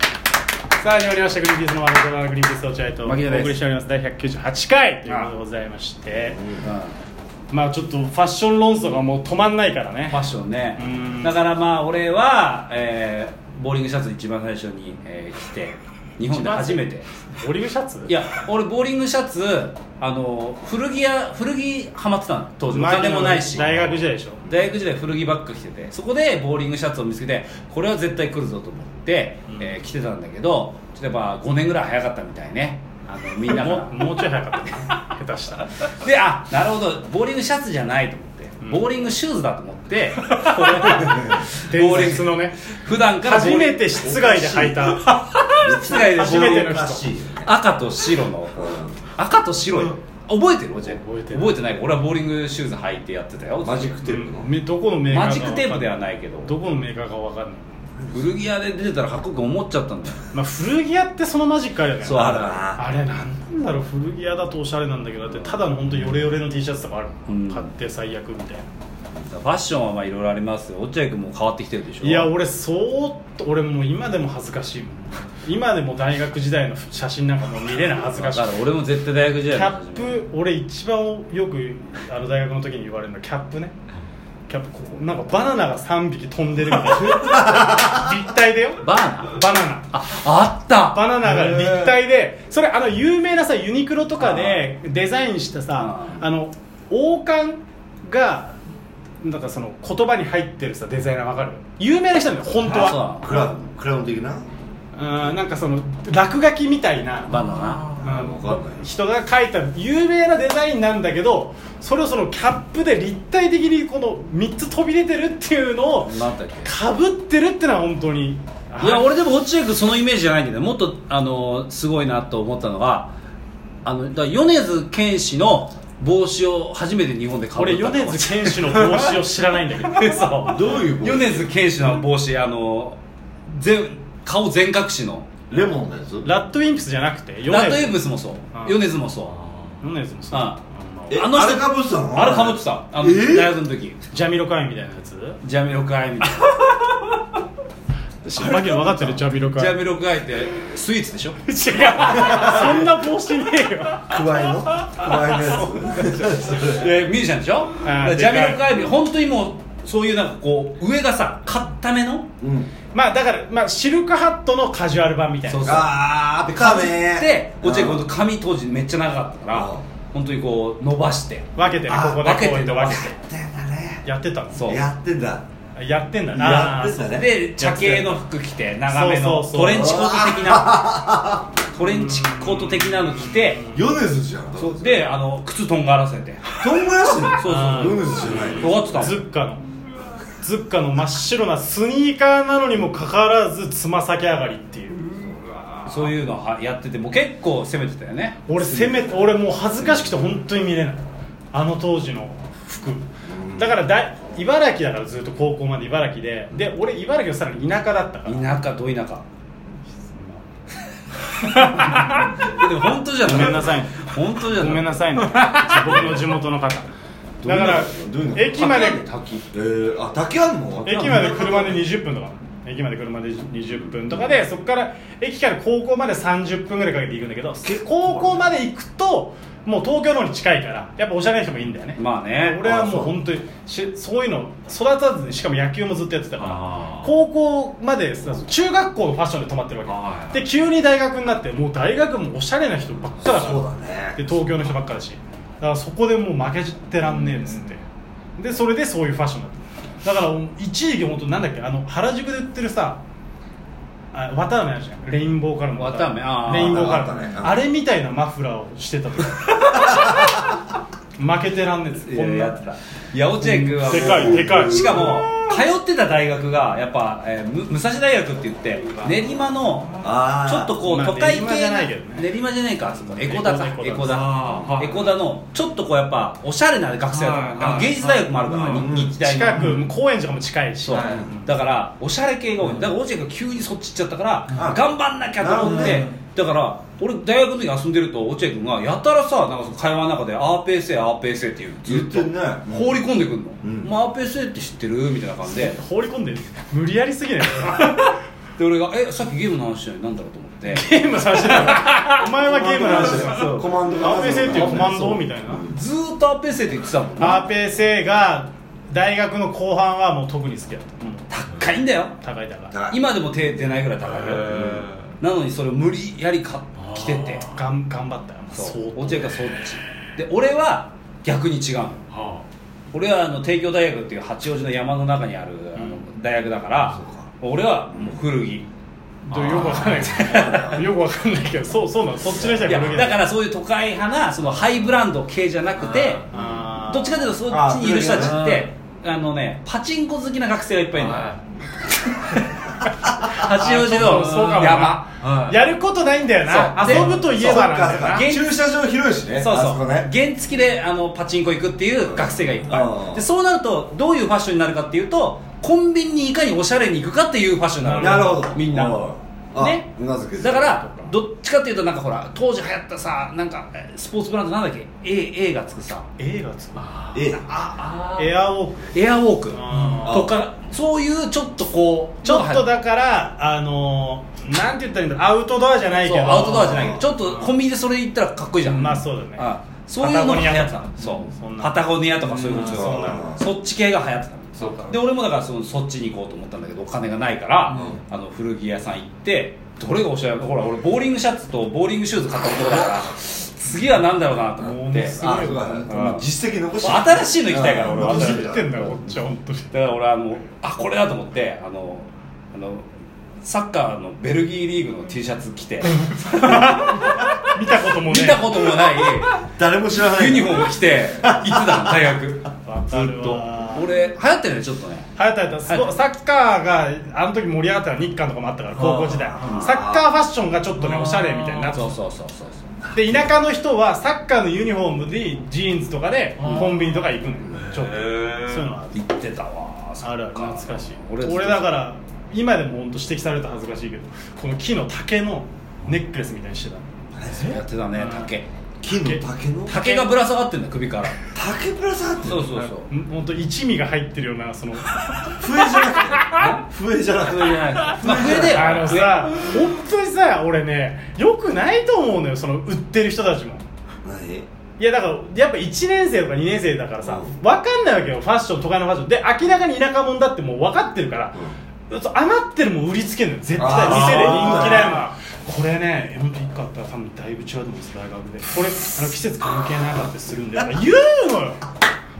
さあ始まりました「グリーンピースの丸山グリーンピース落合」とお牧野です送りしております第198回ということでございましてまあちょっとファッション論争がもう止まんないからねファッションねうんだからまあ俺は、えーボーリングシャツ一番最初に、えー着て日本で初めてオリーブシャツいや俺ボーリングシャツあの古着屋古着ハマってたの当時おまあ金もないし大学時代でしょ大学時代古着ばっか着ててそこでボーリングシャツを見つけてこれは絶対来るぞと思って、うんえー着てたんだけどちょっとやっぱ5年ぐらい早かったみたいねあのみんなかも らもうちょい早かったね下手した らであなるほどボーリングシャツじゃないと思って、うんボーリングシューズだと 思ってこれボ伝ーリン説グのね普段からボー初リングめて室外で履い た室内で初めての人ボーリング赤と白の赤と白よ、覚えてる覚え覚えててるる覚えてない俺はボーリングシューズ履いてやってたよマジックテープの、めどこのメーカーかマジックテープではないけどどこのメーカーかわかんない古着屋で出てたらかっこよく思っちゃったんだよまあ古着屋ってそのマジックあるよねそうあるあれなんなんだろう古着屋だとおしゃれなんだけどだってただの本当ヨレヨレの T シャツとかあるもんうん買って最悪みたいなファッションはまあいろいろありますよ落合君も変わってきてるでしょいや俺そう俺もう今でも恥ずかしいもん今でも大学時代の写真なんかもう見れない恥ずかだしかいら俺も絶対大学時キ代ャの初ッめプ俺一番よくあの大学の時に言われるのはキャップねキャップこうなんかバナナが3匹飛んでるみ たいな立体でよバーナーバナナああったバナナが立体でそれあの有名なさユニクロとかでデザインしたさあーあの王冠がなんかその言葉に入ってるさデザイナーわかる有名な人なんだよ本当あそうはクラウンクラウン的なうんなんかその落書きみたいなバナナあ分かんない人が書いた有名なデザインなんだけどそれをそのキャップで立体的にこの3つ飛び出てるっていうのをなんだっけかぶってるってのは本当にいや俺でも落合君そのイメージじゃないんだよねもっとあのすごいなと思ったのがあのだから米津玄師の帽子を初めて日本で買った俺米津玄師の帽子を知らないんだけどそうどういう帽子米津玄師の帽子あの全顔全隠しのレモンのやつラッドウィンプスじゃなくてラッドエイプブスもそうあ米津もそうヨネズもそうあえあの人あれかぶってたのあれかぶってたあのえー大学の時ジャミロカインみたいなやつジャミロクアイみたい新馬券分かってるジャミロな ジカイャンミロクアイってスイーツでしょ違うそんな帽子ね えよくわえのくわえのやつでミュージシャンでしょだからジャミロクアイビー本当にもうそういうなんかこう上がさ硬めのうんまあだから、まあ、シルクハットのカジュアル版みたいなそうあーあったねで落合君うんほんと髪当時めっちゃ長かったからうん本当にこう伸ばして分けてねあここで分けこうやてって伸分ばけしててやったねやってたのそうやってんだやってんだなやってんだねで茶系の服着て長めそのうそうそうトレンチコート的なトレンチコート的なの着て米津じゃんそうであの靴とんがらせてとんがらしてんのそうあーそう米津じゃない尖ってたもんズッカのズッカの真っ白なスニーカーなのにもかかわらずつま先上がりっていうそういうのはやっててもう結構攻めてたよね俺せめて俺もう恥ずかしくて本当に見れないあの当時の服だからだ茨城だからずっと高校まで茨城でで俺茨城のさらに田舎だったから田舎ど田舎でも本当じゃごめんなさい本当じゃごめんなさいね僕の地元の方だどういうかのらどういうの駅まで滝えー、あ竹あんの駅まで車で20分とか駅まで車で20分とかでそこから駅から高校まで30分ぐらいかけて行くんだけど高校まで行くともう東京の方に近いからやっぱおしゃれな人もいいんだよねまあね俺はあそもうう本当にしそういうの育たずにしかも野球もずっとやってたからあー高校までさ中学校のファッションで泊まってるわはいけで急に大学になってもう大学もおしゃれな人ばっかだからそうだねで東京の人ばっかだしだからそこでもう負けじってらんねえっつってでそれでそういうファッションだっただから一時期本当なんだっけあの原宿で売ってるさあ綿あめあるじゃんレインボーカラーの綿あめあーレインボーカラあったねーああ,、ったれみたいなマフラーをしてたとか負けてらんねえっつっていややってたいや落合君はもうでかいでかいしかも通ってた大学がやっぱ、えーむ武蔵大学って言って練馬のあーちょっとこうまあ都会系練馬じゃないけどね練馬じゃないかあそこエコダだエコダエコダあーはいエコダのちょっとこうやっぱおしゃれな学生だはいったあのはい芸術大学もあるからうんに日大の近く高円寺とかも近いしそうはいだからおしゃれ系が多いだから落合君が急にそっち行っちゃったからあ頑張んなきゃと思っなるてだから俺大学の時遊んでると落合君がやたらさなんかその会話の中で「アーペーセーアーペーセー」っていうずっと言ってんねうん放り込んでくんのう「んまあアーペーセーって知ってる?」みたいな感じで放り込んでる無理やりすぎないで俺が「えさっきゲームの話したのになんだろう?」と思ってゲームさせてるお前はゲームの話だよコマンドアーペセっていうコマンドそうみたいなずーっとアペセって言ってたもんねアーペセが大学の後半はもう特に好きだったもう高いんだよ高い高い高い今でも手出ないぐらい高いよなのにそれを無理やりか着ててがん頑張ったよそう落合がそっちで俺は逆に違うの俺はあの帝京大学っていう八王子の山の中にあるあの大学だからそうか俺はもう古着どうよくわかんないけどよくわかんないけどそうそうなのそっちの人はいや古着だかららそういう都会派なそのハイブランド系じゃなくてあーどっちかというとそっちにいる人たちってあのねパチンコ好きな学生がいっぱいいるのよあーそうそうそう八王子かものな山はいやることないんだよなそう遊ぶといえばなんだよなそう現駐車場広いしねそうそうあこね原付であのパチンコ行くっていう学生がいっぱういんでそうなるとどういうファッションになるかっていうとコンビニにいかにおしゃれに行くかっていうファッションになるなるほどみんなうんあねうなずけてだからどっちかっていうとなんかほら当時流行ったさなんかえスポーツブランドなんだっけ A, A がつくさ映画作ええるエアウォークエアウォークあとかそういうちょっとこうちょっとだだからあのーなんて言ったらいいんだろうアウトドアじゃないけどアウトドアじゃないけどちょっとコンビニでそれ行ったらかっこいいじゃんまあそうだねあそういうのが流行ってたのそそんうなパタゴニアとかそういうことんでそうなのそっち系が流行ってたのそうかで俺もだからそのそっちに行こうと思ったんだけどお金がないから、うあの古着屋さん行ってどれがおしゃれほら俺ボーリングシャツとボーリングシューズ買った男だ から次は何だろうかなと思ってもうすあごいそうわだねまあ実績残して新しいの行きたいから俺はどう新しいしてんだよこっちは本当にだから俺はもうあこれだと思ってあのあのサッカーのベルギーリーグの T シャツ着て見たこともね見たこともない誰も知らないユニフォーム着 て行ってたの大学ずわかるっとわ俺流行ってるねちょっとね流行った流行ったすごいサッカーがあの時盛り上がったのは日韓とかもあったから高校時代あサッカーファッションがちょっとねあーおしゃれみたいになってそうそうそうそうそうで田舎の人はサッカーのユニフォームでジーンズとかでうんコンビニとか行くのよちょっとそういうのは行ってたわあるある懐かしい俺俺だから今でも本当指摘されると恥ずかしいけどこの木の竹のネックレスみたいにしてたのやってたね竹金の竹の竹がぶら下がってんだ首から竹ぶら下がってるそうそうそう 本当一味が入ってるようなその笛じゃな くて笛じゃなくそてれじゃないまあ笛であのさ本当にさ俺ねよくないと思うのよその売ってる人たちも何いやだからやっぱ1年生とか2年生だからさう分かんないわけよファッション都会のファッションで明らかに田舎者だってもう分かってるから、そう余ってるもん売りつけるのよ絶対あー店で人気だよなこれね本当一個あったら多分だいぶ違うと思うんです大学でこれあの季節関係なかったりするんで言うのよ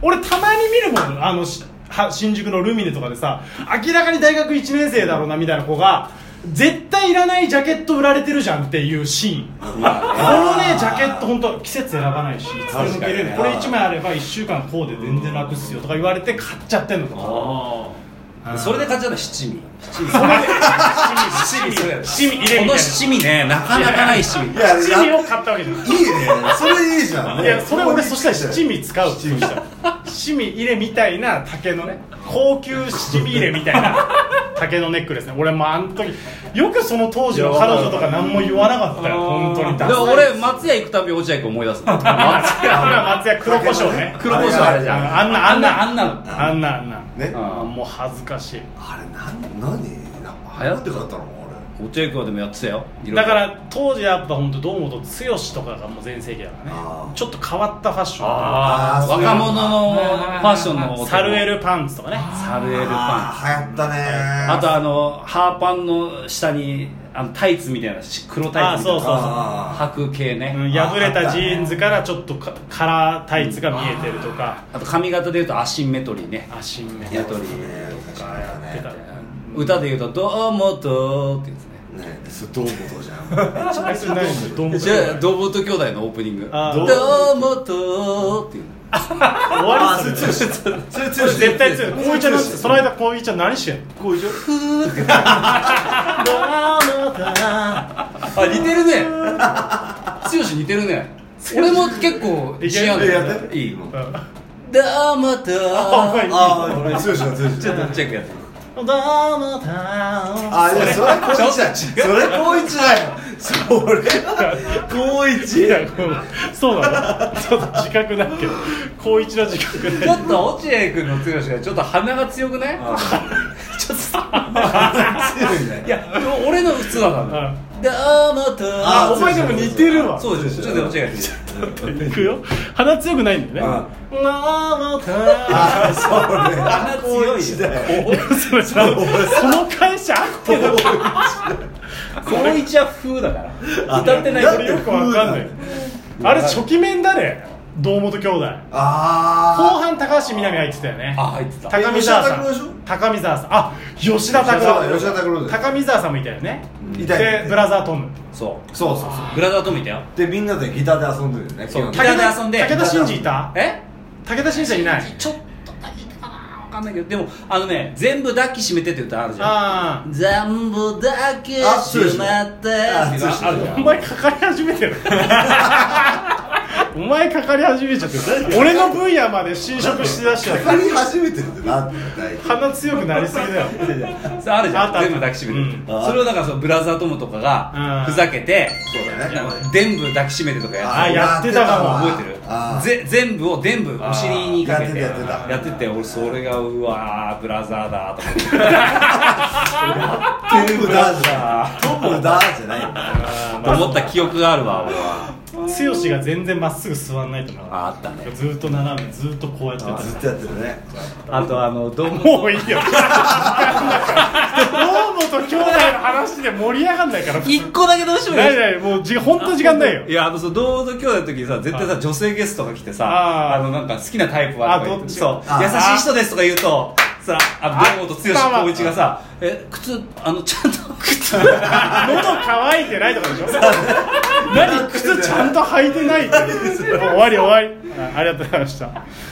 俺たまに見るもんあのしは新宿のルミネとかでさ明らかに大学1年生だろうなみたいな子が絶対いらないジャケット売られてるじゃんっていうシーンこのねジャケット本当季節選ばないしいつでも着れる確かにねこれ1枚あれば1週間こうで全然楽っすよとか言われて買っちゃってんのとかあうんそれで買っちゃった七味七味七味七味七味入れこみたいのな七味ねなかなかない七味いや七味やを買ったわけじゃないいいねそれいいじゃんいやそれ俺そしたら七七味使うって言うしたら七味入れみたいな竹のね高級七味入れみたいな竹のネックレスね俺もあの時よくその当時の彼女とか何も言わなかったよ本当にでダもサい俺松屋行くたび落合君思い出すの松いや俺は松屋黒胡椒ね黒胡椒あれじゃんあんなああんんななああんんななあんなあんなねああもう恥ずかしいあれなん何な流行なんっで買ったの落合君はでもやってたよだから当時やっぱ本当堂本剛とかがもう全盛期だからあねーちょっと変わったファッショああー若者のファッションのンサルエルパンツとかねサルエルパン俺ツあー流行ったねあとあのハーパンの下にあのタイツみたいなし黒タイツみたいあそなうそうあ履く系ね、うん破れたジーンズからちょっとかカラータイツが見えてるとかあと髪型でいうとアシンメトリーねアシンメトーいリやーとり確かにあれやってたねね歌でいうと「どうもと」ってやつねねそれどうもどうじゃんあいつ何するどんぶりじゃあ堂本兄弟のオープニング「あどーうもと」っていう終わりするそれそれ絶対強い光一ちゃんなんてその間光一ちゃん何してんのこうじゃあ似てるね剛似てるね俺も結構いけ違うんだやっよ ていいどうんうもとあお前ああ俺強いしな強いしちょっとチェックやってどうもたあいやそれは高一だそれ高一だよそれ高い一やこうそうだねちょっと自覚ないけど高一の自覚ちょっと落合君の剛がちょっと鼻が強くないあちょっと強いねいや俺の普通はなんだよであまたあお前でも似てるわそうですちょっと間違えていくよ鼻強くないんだよね「あああそうね鼻強いよ高一だよまた」それさその会社あってる高一は風だからあ歌ってないだっこてれよくわかんないあれ初期面だね堂本兄弟後あ半高橋みなみ入ってたよねあ入ってた高見沢さえ吉田拓郎でしょん高見沢さんあ吉田拓郎吉田拓郎だよ高見沢さんもいたよねいたいたでブラザートムそうそうそうそブラザーと見たようでみんなでギターで遊んでるよねそう基本ギターで遊んで武田真治いたえ武田真治はいないちょっとだけかなわかんないけどでもあのね全部抱きしめてって歌あるじゃんあ全部抱きしめてってあそうでしょあるじあゃおん前かかり始めてる お前かかり始めちゃってる俺の分野まで侵食しだしちゃっか かり始めてるってなってた鼻強くなりすぎだよそうあるじあゃっんたあった全部抱きしめてって、うんそれをだからそのブラザー友とかがうんふざけて、そうだねなんか全部抱きしめてとかやあってやってたかもた覚えてるあぜ全部を全部お尻にかけてあーやってたやってたやってて俺それがうわーブラザーだとかートムダーじゃんトムダーじゃないんだよ思った記憶があるわ俺は剛が全然まっすぐ座んないとかああったねずーっと斜めずーっとこうやってたずっとやってるねあとあのどうももういいよ時間だから堂本兄弟の話で盛り上がんないから一個だけどうしてもいいないないもうじ本当時間ないよいやあのそう堂々と兄弟の時にさ絶対さ女性ゲストが来てさああーのなんか好きなタイプはとか言あどっちそうあー優しい人ですとか言うとさあ堂本剛光一がさ「え靴あのちゃんと靴喉乾いてないとかでしょ 何靴ちゃんと履いてないって終わり終わりあありがとうございました